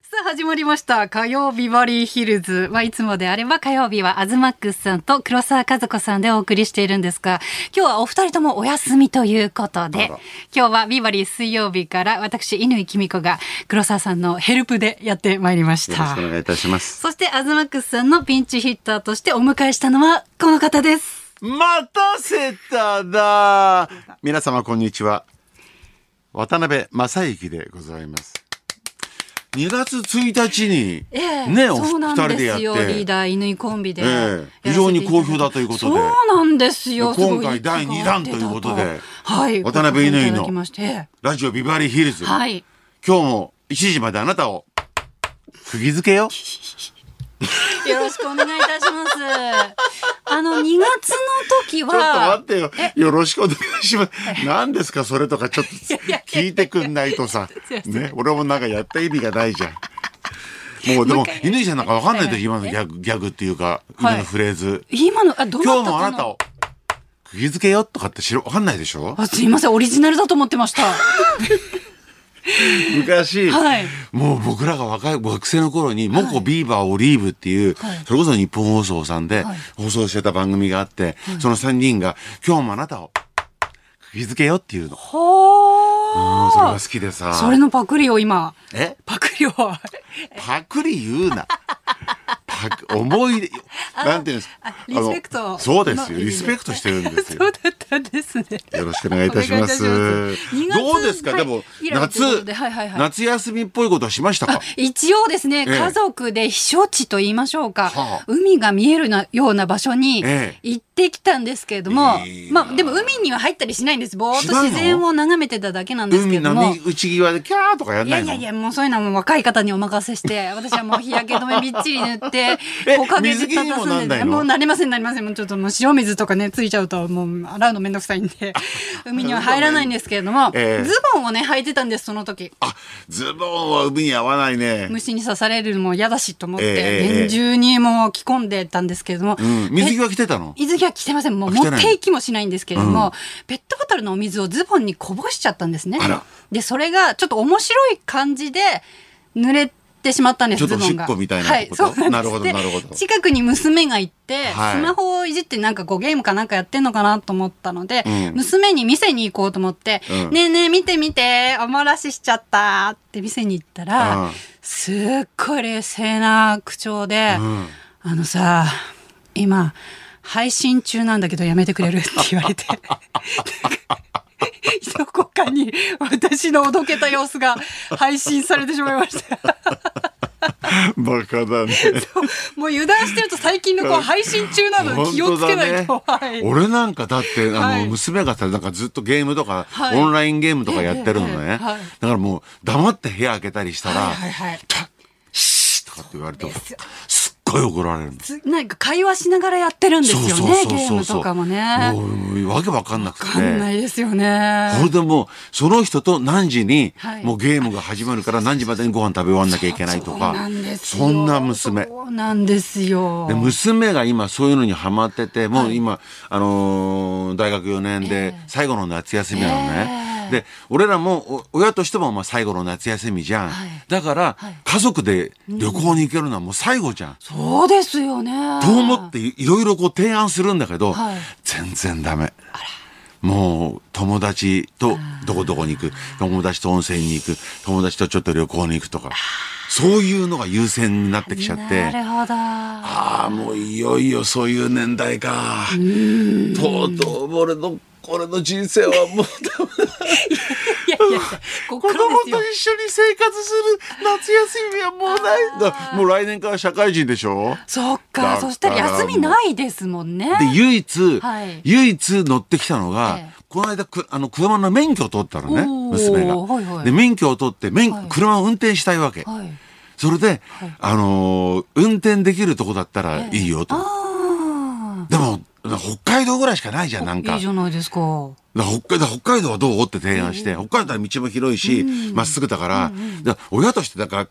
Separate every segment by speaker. Speaker 1: さあ始まりました火曜日バリーヒルズ、まあ、いつもであれば火曜日はアズマックスさんと黒沢和子さんでお送りしているんですが今日はお二人ともお休みということで今日はビバリー水曜日から私乾きみ子が黒沢さんのヘルプでやってまいりまし
Speaker 2: よろしたくお願いいたします。
Speaker 1: そしてアズマックスさんのピンチヒッターとしてお迎えしたのはこの方です
Speaker 2: 待たせただ皆様こんにちは。渡辺正行でございます。2月1日に、ね、お二
Speaker 1: そうなんで
Speaker 2: 人ですやっ
Speaker 1: よリー
Speaker 2: て、
Speaker 1: ダー乾コンビで、
Speaker 2: ええ
Speaker 1: やらせていただいて
Speaker 2: 非常に好評だということで
Speaker 1: そうなんですよすごい
Speaker 2: 今回第二弾ということで
Speaker 1: はい
Speaker 2: 渡辺乾の
Speaker 1: いただきまして
Speaker 2: ラジオビバリーヒルズ、
Speaker 1: はい
Speaker 2: 今日も1時まであなたを、釘付けよ。
Speaker 1: よろしくお願いいたし ます。あの、2月の時
Speaker 2: ちょっと待
Speaker 1: は
Speaker 2: っ、てよ。よろしくお願いします。何ですかそれとかちょっと聞いてくんないとさ。ね。俺もなんかやった意味がないじゃん。もうでも、犬さんなんかわかんないと今のギャグ、ギャグっていうか、
Speaker 1: はい
Speaker 2: 今のフレーズ。
Speaker 1: 今の、あ、ど
Speaker 2: 今
Speaker 1: な
Speaker 2: 日
Speaker 1: た
Speaker 2: も
Speaker 1: か
Speaker 2: あなた
Speaker 1: な
Speaker 2: を、釘付けよとかって知らわかんないでしょ
Speaker 1: あ、すいません、オリジナルだと思ってま した。
Speaker 2: 昔、
Speaker 1: はい
Speaker 2: もう僕らが若い学生の頃に「モコビーバーオリーブ」っていう、
Speaker 1: はい
Speaker 2: それこそ日本放送さんで
Speaker 1: はい
Speaker 2: 放送してた番組があって、その3人が「今日もあなたを釘付けよ」っていうの。うん
Speaker 1: ほ
Speaker 2: それが好
Speaker 1: ー。
Speaker 2: きでさ。
Speaker 1: それのパクリを今、
Speaker 2: え
Speaker 1: パクリを。
Speaker 2: パクリ言うな。パク、思い出、なんていうんですか。
Speaker 1: あリスペクト
Speaker 2: あのそうです
Speaker 1: の
Speaker 2: よ。
Speaker 1: 意味で
Speaker 2: リスペクトしてるんですよ
Speaker 1: そ。うだったんですね。
Speaker 2: よろしくお願いいたします。
Speaker 1: お願いいたします
Speaker 2: どうですか、
Speaker 1: 二月
Speaker 2: でも
Speaker 1: 以、来ということ
Speaker 2: 夏、
Speaker 1: ではいはいはい
Speaker 2: 夏休みっぽいことはしましたか
Speaker 1: 一応ですね、
Speaker 2: ええ
Speaker 1: 家族で避暑地と言いましょうか、
Speaker 2: はあ
Speaker 1: 海が見えるなような場所に
Speaker 2: ええ
Speaker 1: 行ってきたんですけれども、
Speaker 2: いいなあ
Speaker 1: まあでも海には入ったりしないんです。ぼーっ
Speaker 2: し
Speaker 1: と
Speaker 2: ないの
Speaker 1: 自然を眺めてただけなんですけ
Speaker 2: 海
Speaker 1: れど
Speaker 2: の
Speaker 1: も
Speaker 2: 波。打ち際でキャーとかやん
Speaker 1: い
Speaker 2: な
Speaker 1: や
Speaker 2: い
Speaker 1: い
Speaker 2: の
Speaker 1: やいや、もうそういうのはもう若い方にお任せ して、私はもう日焼け止めびっちり塗って、
Speaker 2: え
Speaker 1: 木陰で
Speaker 2: 水着にもなんないの
Speaker 1: もうなりませんなりません。もうちょっともう塩水とかね、ついちゃうともう洗うのめんどくさいん で、海には入らないんですけれども、
Speaker 2: ええ
Speaker 1: ズボンをね、履いてたんです、その時。
Speaker 2: あ、ズボンは海に合わないね。
Speaker 1: 虫に刺されるのも嫌だしと思っ
Speaker 2: え
Speaker 1: て、
Speaker 2: ええ
Speaker 1: 厳
Speaker 2: え
Speaker 1: 重にもう着込んでたんですけれども、
Speaker 2: うん。水着
Speaker 1: え
Speaker 2: は着てたの
Speaker 1: 水着は着てません。もう
Speaker 2: あ着
Speaker 1: 持
Speaker 2: てな
Speaker 1: っ
Speaker 2: い
Speaker 1: ていきもしないんですけれども、ペットボトルのお水をズボンにこぼしちゃったんですね
Speaker 2: あら。
Speaker 1: で、それがちょっと面白い感じで濡れてしまったんです、
Speaker 2: ちょっと
Speaker 1: ズボンが。
Speaker 2: おしっこみたいな
Speaker 1: はい
Speaker 2: こ、と
Speaker 1: そうなんです。
Speaker 2: なるほど
Speaker 1: で
Speaker 2: なるほど
Speaker 1: 近くに娘が行って、
Speaker 2: はい
Speaker 1: スマホをいじってなんかこうゲームかなんかやってんのかなと思ったので、
Speaker 2: うん
Speaker 1: 娘に店に行こうと思って、
Speaker 2: うん
Speaker 1: ねえねえ見て見て、お漏らししちゃったって店に行ったら、
Speaker 2: うん
Speaker 1: すっごい冷静な口調で、
Speaker 2: ん
Speaker 1: あのさ、今、配信中なんだけどやめてく れるって言われて。 どこかに私のおどけた様子が配信されてしまいました。
Speaker 2: バカだね。
Speaker 1: もう油断してると最近のこう配信中なので気をつけないと。
Speaker 2: 本当だ
Speaker 1: は
Speaker 2: ね
Speaker 1: い
Speaker 2: 俺なんかだって、あの、
Speaker 1: はい
Speaker 2: 娘がさ、なんかずっとゲームとか、
Speaker 1: はい
Speaker 2: オンラインゲームとかやってるのね。
Speaker 1: ええええはい
Speaker 2: だからもう、黙って部屋開けたりしたら、
Speaker 1: はいはいはい
Speaker 2: シーとかって言われても
Speaker 1: ですよ、
Speaker 2: すっごい怒られるんです。
Speaker 1: つなんか会話しながらやってるんですよねゲームとかもね。
Speaker 2: もう、わけわかんなくて。
Speaker 1: わかんないですよね。
Speaker 2: それでもうその人と何時に
Speaker 1: はい
Speaker 2: もうゲームが始まるから何時までにご飯食べ終わんなきゃいけないと
Speaker 1: そうな
Speaker 2: か
Speaker 1: んですよ
Speaker 2: そんな娘
Speaker 1: そうなんですよ。
Speaker 2: で娘が今そういうのにハマっててもう今、あのー大学4年で最後の夏休みなのね、
Speaker 1: ええ
Speaker 2: で俺らもお親としてもまあ最後の夏休みじゃん、
Speaker 1: はい
Speaker 2: だから
Speaker 1: い
Speaker 2: 家族で旅行に行けるのはもう最後じゃん、
Speaker 1: そうですよね。
Speaker 2: と思っていいろいろこう提案するんだけど、
Speaker 1: はい
Speaker 2: 全然ダメ。もう友達とどこどこに行く友達と温泉に行く友達とちょっと旅行に行くとかそういうのが優先になってきちゃっ
Speaker 1: な
Speaker 2: て
Speaker 1: るほ ど。
Speaker 2: ああもういよいよそういう年代かとうとう俺の俺の人生はもうダメだ
Speaker 1: いやいやいや、ここ
Speaker 2: 子
Speaker 1: か
Speaker 2: 供
Speaker 1: らですよ
Speaker 2: と。一緒に生活する夏休みはもうないだもう来年から社会人でしょ
Speaker 1: そっ
Speaker 2: だか
Speaker 1: か、
Speaker 2: ら
Speaker 1: そしたら休みないですもんね。
Speaker 2: で、唯一、
Speaker 1: はい
Speaker 2: 唯一乗ってきたのが、
Speaker 1: ええ
Speaker 2: この間く、あの、車の免許を取ったのね、
Speaker 1: おー
Speaker 2: 娘が。
Speaker 1: はいはい
Speaker 2: で、免許を取って、免、
Speaker 1: はい
Speaker 2: 車を運転したいわけ。
Speaker 1: はい。
Speaker 2: それで、
Speaker 1: はい
Speaker 2: あのー運転できるとこだったらいいよと。
Speaker 1: あ
Speaker 2: でも、北海道ぐらいしかないじゃん、なん
Speaker 1: あ、
Speaker 2: か。
Speaker 1: いいじゃないですか。
Speaker 2: だから北海道北海道はどうって提案して、北海道は道も広いし、まっすぐだから、だから親としてだから、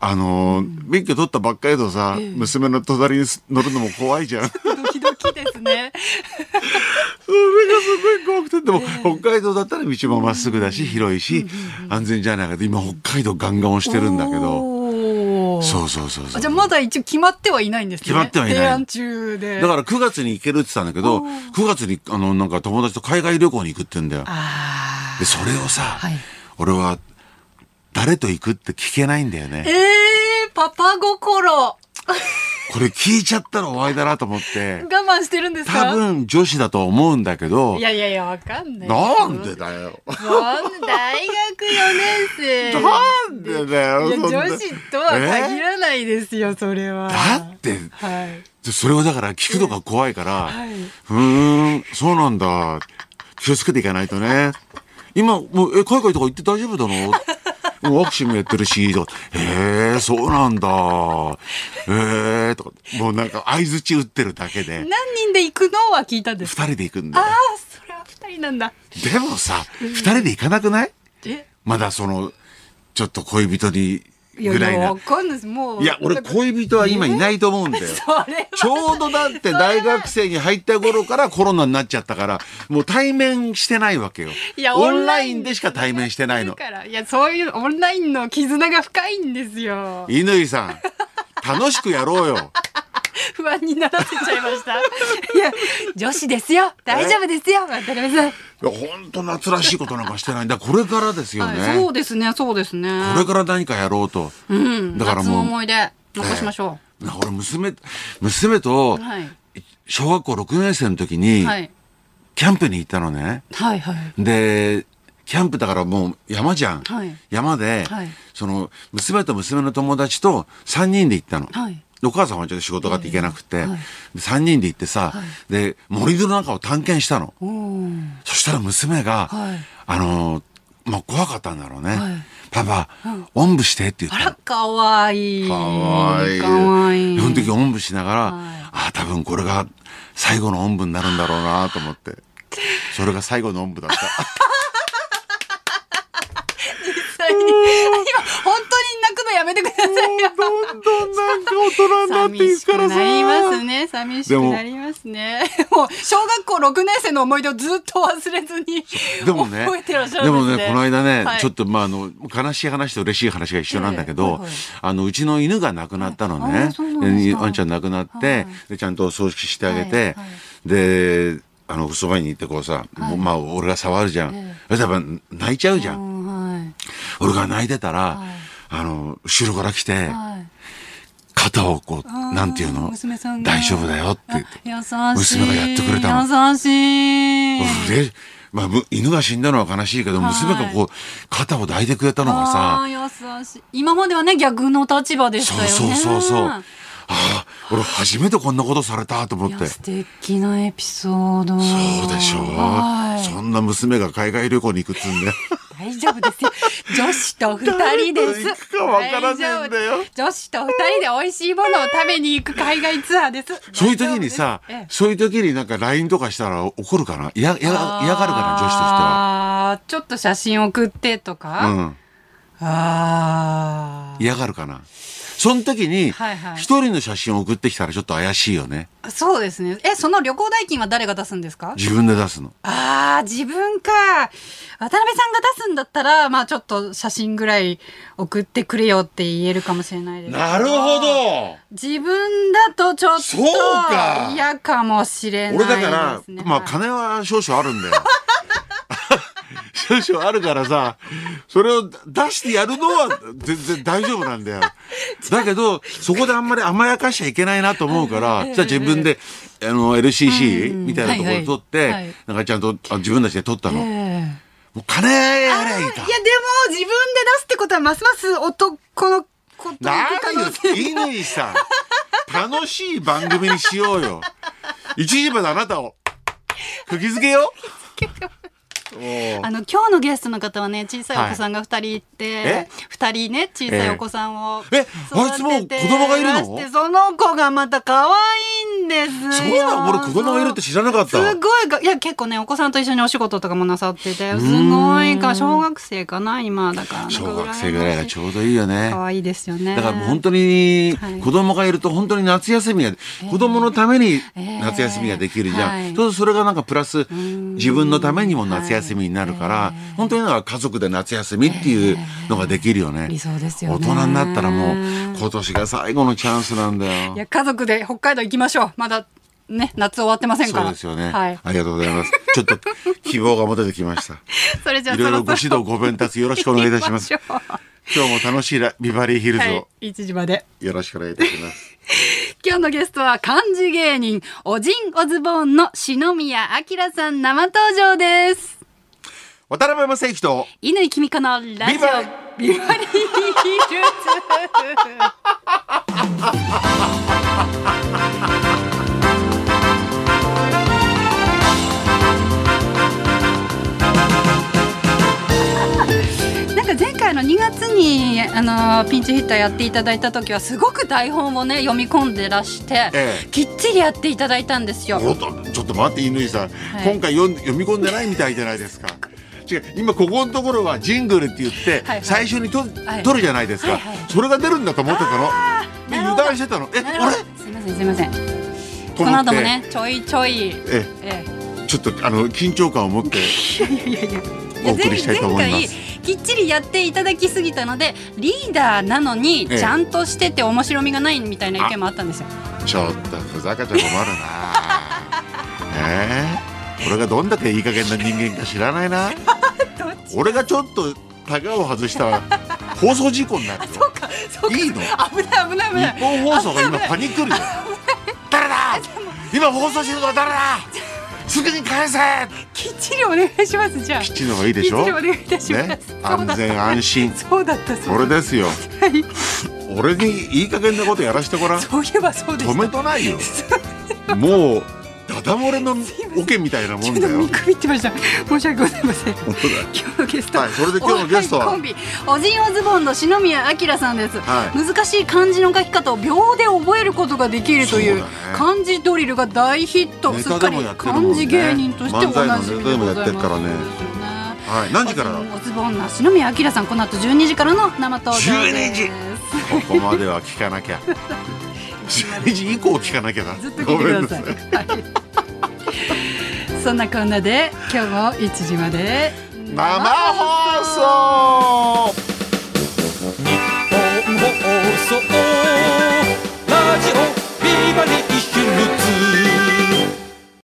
Speaker 2: あのー免許取ったばっかりとさ、娘の隣に乗るのも怖い じゃん。
Speaker 1: ドキドキですね。
Speaker 2: それがすごい怖くて、でも、北海道だったら道もまっすぐだし、広いし、安全じゃないかと、今北海道ガンガン押してるんだけど、
Speaker 1: お
Speaker 2: そうそうそう
Speaker 1: あじゃあまだ一応決まってはいないんですね
Speaker 2: 決まってはいない
Speaker 1: 提案中で
Speaker 2: だから9月に行けるって言ってたんだけど、9月にあのなんか友達と海外旅行に行くって言うんだよ。
Speaker 1: あ
Speaker 2: で、それをさ、
Speaker 1: はい
Speaker 2: 俺は誰と行くって聞けないんだよ
Speaker 1: ーえ
Speaker 2: ね。
Speaker 1: ー、パパ心我
Speaker 2: これ聞いちゃったら終わりだなと思って、
Speaker 1: 慢してるんですか
Speaker 2: 多分女子だと思うんだけど
Speaker 1: い、やいやいやわかんない
Speaker 2: なんでだよ。
Speaker 1: そんな大学4年生
Speaker 2: なんでだよ。
Speaker 1: いや
Speaker 2: そんな
Speaker 1: 女子とは限
Speaker 2: え
Speaker 1: らないですよそれは
Speaker 2: だって、
Speaker 1: はい
Speaker 2: でそれをだから聞くのが怖いから、
Speaker 1: いう
Speaker 2: ーん、そうなんだ。気をつけていかないとね。今、もう、え、海外とか行って大丈夫だのもうワクチンもやってるし、とか、へえ、そうなんだ。へえ、とか、もうなんか相槌打ってるだけで、
Speaker 1: 何人で行くのは聞いたんですか
Speaker 2: 二人で行くんだ
Speaker 1: あ
Speaker 2: よ
Speaker 1: あ。それは2人なんだ
Speaker 2: でもさ、二人で行かなくない
Speaker 1: え
Speaker 2: まだその、ちょっと恋人に、
Speaker 1: いや
Speaker 2: ぐら
Speaker 1: い
Speaker 2: い
Speaker 1: や
Speaker 2: な
Speaker 1: わ。かんないですもう
Speaker 2: い
Speaker 1: い
Speaker 2: や、俺恋人は今いないと思うんだよ。
Speaker 1: それ
Speaker 2: ち
Speaker 1: は
Speaker 2: ょうどだって大学生に入った頃からコロナになっちゃったから、もう対面してないわけよ。
Speaker 1: いや
Speaker 2: オンラインでしか対面してないの
Speaker 1: だ。からいやそういうオンラインの絆が深いんですよ
Speaker 2: 乾さん、楽しくやろうよ。
Speaker 1: 不安にならせちゃいましたいや女子ですよ大丈夫ですよ渡辺さん
Speaker 2: いや、ほんと夏らしいことなんかしてないんだ。これからですよ
Speaker 1: はい
Speaker 2: ね。
Speaker 1: そうですねそうですね
Speaker 2: これから何かやろうと。
Speaker 1: うん
Speaker 2: だから
Speaker 1: 夏の
Speaker 2: もう、
Speaker 1: 思い出残しましょう、
Speaker 2: なんか俺娘、娘と
Speaker 1: はい
Speaker 2: 小学校6年生の時に、
Speaker 1: はい
Speaker 2: キャンプに行ったのね。
Speaker 1: はいはい
Speaker 2: でキャンプだからもう山じゃん、
Speaker 1: はい
Speaker 2: 山で、
Speaker 1: はい
Speaker 2: その娘と娘の友達と3人で行ったの、
Speaker 1: はい
Speaker 2: でお母さんはちょっと仕事があって行けなくて、
Speaker 1: えはい
Speaker 2: で3人で行ってさ、
Speaker 1: い
Speaker 2: で森の中を探検したの
Speaker 1: おー
Speaker 2: そしたら娘が、
Speaker 1: はい
Speaker 2: あのーまあ怖かったんだろうね、
Speaker 1: はい
Speaker 2: パパ、おんぶしてって言っ
Speaker 1: あ
Speaker 2: た
Speaker 1: ら
Speaker 2: の
Speaker 1: かわいい
Speaker 2: かわいい
Speaker 1: かわいい
Speaker 2: その時おんぶしながら、
Speaker 1: はい
Speaker 2: ああ多分これが最後のおんぶになるんだろうなと思ってそれが最後のおんぶだった
Speaker 1: 最近 今本当に泣くのやめてくださいよ
Speaker 2: どんどんなんか大人になってい
Speaker 1: 寂
Speaker 2: く
Speaker 1: し
Speaker 2: か
Speaker 1: く
Speaker 2: らさ。
Speaker 1: なりますね寂しくなりますねもう小学校6年生の思い出をずっと忘れずに
Speaker 2: でもね、
Speaker 1: 覚えてらっしゃ
Speaker 2: で
Speaker 1: るんで
Speaker 2: も
Speaker 1: すね
Speaker 2: ね、この間ね、
Speaker 1: はい
Speaker 2: ちょっと、まあ、あの、悲しい話と嬉しい話が一緒なんだけど、
Speaker 1: ええはいはい
Speaker 2: あの、うちの犬が亡くなったの
Speaker 1: はい
Speaker 2: ね
Speaker 1: あ。そうなんですか
Speaker 2: ワンちゃん亡くなって、
Speaker 1: はい
Speaker 2: で、ちゃんと葬式してあげて、
Speaker 1: はいは
Speaker 2: で、あの、そばに行ってこうさ、もうまあ、俺が触るじゃん。
Speaker 1: え
Speaker 2: そしたらやっぱ泣いちゃうじゃ。
Speaker 1: うんんはい
Speaker 2: 俺が泣いてたら、
Speaker 1: はい
Speaker 2: あの、後ろから来て、
Speaker 1: はい
Speaker 2: 肩をこう、
Speaker 1: あー
Speaker 2: なんていうの
Speaker 1: 娘さんが
Speaker 2: 大丈夫だよって言って。
Speaker 1: あ優しい
Speaker 2: 娘がやってくれた
Speaker 1: 優しい
Speaker 2: 俺でまあ、む犬が死んだのは悲しいけど、
Speaker 1: はい
Speaker 2: 娘がこう、肩を抱いてくれたのが
Speaker 1: あ
Speaker 2: さ、
Speaker 1: ー優しい今まではね逆の立場でし
Speaker 2: そ
Speaker 1: た
Speaker 2: う
Speaker 1: よね
Speaker 2: そうそうそう。ああ、俺初めてこんなことされたと思っ
Speaker 1: い
Speaker 2: て。
Speaker 1: や
Speaker 2: そ
Speaker 1: 素敵なエピソード
Speaker 2: うでしょう。
Speaker 1: はい
Speaker 2: そんな娘が海外旅行に行くっつうん で。
Speaker 1: 大丈夫 ですよ。女子と二人です。
Speaker 2: 誰と行くかわからねえんだよ
Speaker 1: 大丈夫女子と二人で美味しいものを食べに行く海外ツアーです。
Speaker 2: そういう時にさ
Speaker 1: 大丈夫で、す
Speaker 2: そういう時になんか LINE とかしたら怒るかな嫌、嫌が、嫌がるかな女子としては。
Speaker 1: あーちょっと写真送ってとか。
Speaker 2: うん。
Speaker 1: あ
Speaker 2: 嫌がるかな。その時に、
Speaker 1: はいはい
Speaker 2: 一人の写真を送ってきたらちょっと怪しいよね。
Speaker 1: あ。そうですね。え、その旅行代金は誰が出すんですか
Speaker 2: 自分で出すの。
Speaker 1: ああ、自分か。渡辺さんが出すんだったら、まあちょっと写真ぐらい送ってくれよって言えるかもしれないですけ。
Speaker 2: ど
Speaker 1: 自分だとちょっ
Speaker 2: そうか
Speaker 1: と嫌かもしれないで
Speaker 2: 俺
Speaker 1: す、ね、
Speaker 2: だから、まあ金は少々あるん だよ。少々あるからさ、それを出してやるのは全然大丈夫なん だよ。だけど、そこであんまり甘やかしちゃいけないなと思うから、じゃあ自分で、あの、LCC みたいなところで撮っ
Speaker 1: は
Speaker 2: て、
Speaker 1: いはいはい
Speaker 2: なんかちゃんとあ自分たちで撮ったの。
Speaker 1: ええ
Speaker 2: もう金やればいい
Speaker 1: いやでも
Speaker 2: か。
Speaker 1: 自分で出すってことはますます男のことの
Speaker 2: な
Speaker 1: 可
Speaker 2: んよ
Speaker 1: 能性、
Speaker 2: 乾さん。楽しい番組にしようよ。一時まであな たを、釘付けよう。もう
Speaker 1: あの今日のゲストの方はね小さいお子さんが二人い
Speaker 2: え
Speaker 1: て、二人ね小さいお子さんを
Speaker 2: ええ
Speaker 1: 育
Speaker 2: あいつもう
Speaker 1: てて
Speaker 2: 子供がいるの
Speaker 1: らしてその子がまた可愛いんですよ
Speaker 2: そうなの俺子供がいるって知らなかった。
Speaker 1: すごいがいや結構ねお子さんと一緒にお仕事とかもなさっててすごいか小学生かな今だから
Speaker 2: 小学生ぐらいが
Speaker 1: ょ
Speaker 2: ちょうどいいよね。
Speaker 1: 可愛いですよね
Speaker 2: だからもう本当に
Speaker 1: はい
Speaker 2: 子供がいると本当に夏休みが、子供のために
Speaker 1: え
Speaker 2: 夏休みができるじゃん。
Speaker 1: えはい
Speaker 2: そうするとそれがなんかプラス自分のためにも夏休みになるから、
Speaker 1: はいえ
Speaker 2: 本当になんか家族で夏休みっていうのができるよね。
Speaker 1: 理想ですよね
Speaker 2: 大人になったらもう今年が最後のチャンスなんだよ
Speaker 1: い。や家族で北海道行きましょうまだね夏終わってませんから
Speaker 2: そうですよね、
Speaker 1: はい、
Speaker 2: ありがとうございます。ちょっと希望が持ててきました。
Speaker 1: そ れじゃあ
Speaker 2: いろいろご
Speaker 1: そ
Speaker 2: 指
Speaker 1: ろ
Speaker 2: 導ご鞭達よろしくお願いいたします。
Speaker 1: 行きましょう
Speaker 2: 今日も楽しいラビバリーヒルズ
Speaker 1: は
Speaker 2: を
Speaker 1: い1時まで
Speaker 2: よろしくお願いいたします。
Speaker 1: 今日のゲストは漢字芸人おじんおズボーンの篠宮明さん生登場です
Speaker 2: 渡辺正行と
Speaker 1: 乾きみ子のラジオ
Speaker 2: ビバ
Speaker 1: ビバリーヒルズ なんか前回の2月にあのピンチヒッターやっていただいた時はすごく台本をね読み込んでらして、
Speaker 2: ええ
Speaker 1: きっちりやっていただいたんですよ。
Speaker 2: おっとちょっと待って乾さん、
Speaker 1: い
Speaker 2: 今回読ん読み込んでないみたいじゃないですか。違う今ここのところはジングルって言って
Speaker 1: はいはい
Speaker 2: 最初にと、
Speaker 1: はい
Speaker 2: 撮るじゃないですか、
Speaker 1: はいはい
Speaker 2: それが出るんだと思ってたので
Speaker 1: なるほ
Speaker 2: 油
Speaker 1: ど
Speaker 2: 断してたのえ
Speaker 1: なるほ
Speaker 2: あ
Speaker 1: ど
Speaker 2: れ
Speaker 1: すいませんすいません。
Speaker 2: と
Speaker 1: こ
Speaker 2: 思
Speaker 1: の
Speaker 2: って
Speaker 1: 後もねちょいちょい。
Speaker 2: え
Speaker 1: え
Speaker 2: ちょっとあの緊張感を持って
Speaker 1: え、いやいやいや
Speaker 2: お送りしたいと思いま
Speaker 1: 前
Speaker 2: す
Speaker 1: 回きっちりやっていただきすぎたのでリーダーなのに
Speaker 2: ええ
Speaker 1: ちゃんとしてて面白みがないみたいな意見もあったんですよ。
Speaker 2: ちょっとふざけちゃ困るなねえ俺がどんだけいい加減な人間か知らないな
Speaker 1: どっ
Speaker 2: 俺がちょっとタガを外した ら放送事故になるよ
Speaker 1: そうか
Speaker 2: いいの
Speaker 1: 危ない危ない危
Speaker 2: 日
Speaker 1: ない。
Speaker 2: 本放送が今パニックるよ 誰だ今放送してるのは誰だすぐに返せ
Speaker 1: きっちりお願いしますじゃあ。
Speaker 2: きっちりの方がいいでし
Speaker 1: きっ
Speaker 2: ょ
Speaker 1: ちりお願いいたします。
Speaker 2: ね
Speaker 1: そうだ
Speaker 2: 安全安心
Speaker 1: そうだったそ
Speaker 2: こ
Speaker 1: うだ
Speaker 2: れ
Speaker 1: った。
Speaker 2: ですよ
Speaker 1: はい
Speaker 2: 俺にいい加減なことやらしてごらん
Speaker 1: そういえばそうで
Speaker 2: 止
Speaker 1: した。
Speaker 2: めとないよもうダダ漏れの桶みたいなもん
Speaker 1: ちょっと
Speaker 2: だよ
Speaker 1: 見くびってました。申し訳ございません。
Speaker 2: 本当だよ
Speaker 1: 今日のゲスト、
Speaker 2: はいそれで今日のゲストは
Speaker 1: お笑いコンビおじんおズボンの篠宮明さんです、
Speaker 2: はい
Speaker 1: 難しい漢字の書き方を秒で覚えることができるという
Speaker 2: そうだね
Speaker 1: 漢字ドリルが大ヒット、
Speaker 2: ネ
Speaker 1: すっ
Speaker 2: タ
Speaker 1: か
Speaker 2: で
Speaker 1: り
Speaker 2: もやってるもんね
Speaker 1: 漢字芸人としておなじみでございます
Speaker 2: 漫才のネタでもやってるからねはい何時から
Speaker 1: おじんおズボンの篠宮明さんこの後12時からの生登場です
Speaker 2: 12時ここまでは聞か なきゃ。12時以降聞かなきゃな。
Speaker 1: ずっと聞いてくださ
Speaker 2: ごめんな
Speaker 1: い
Speaker 2: さ
Speaker 1: はいそんなこんなで今日も1時まで
Speaker 2: い生放送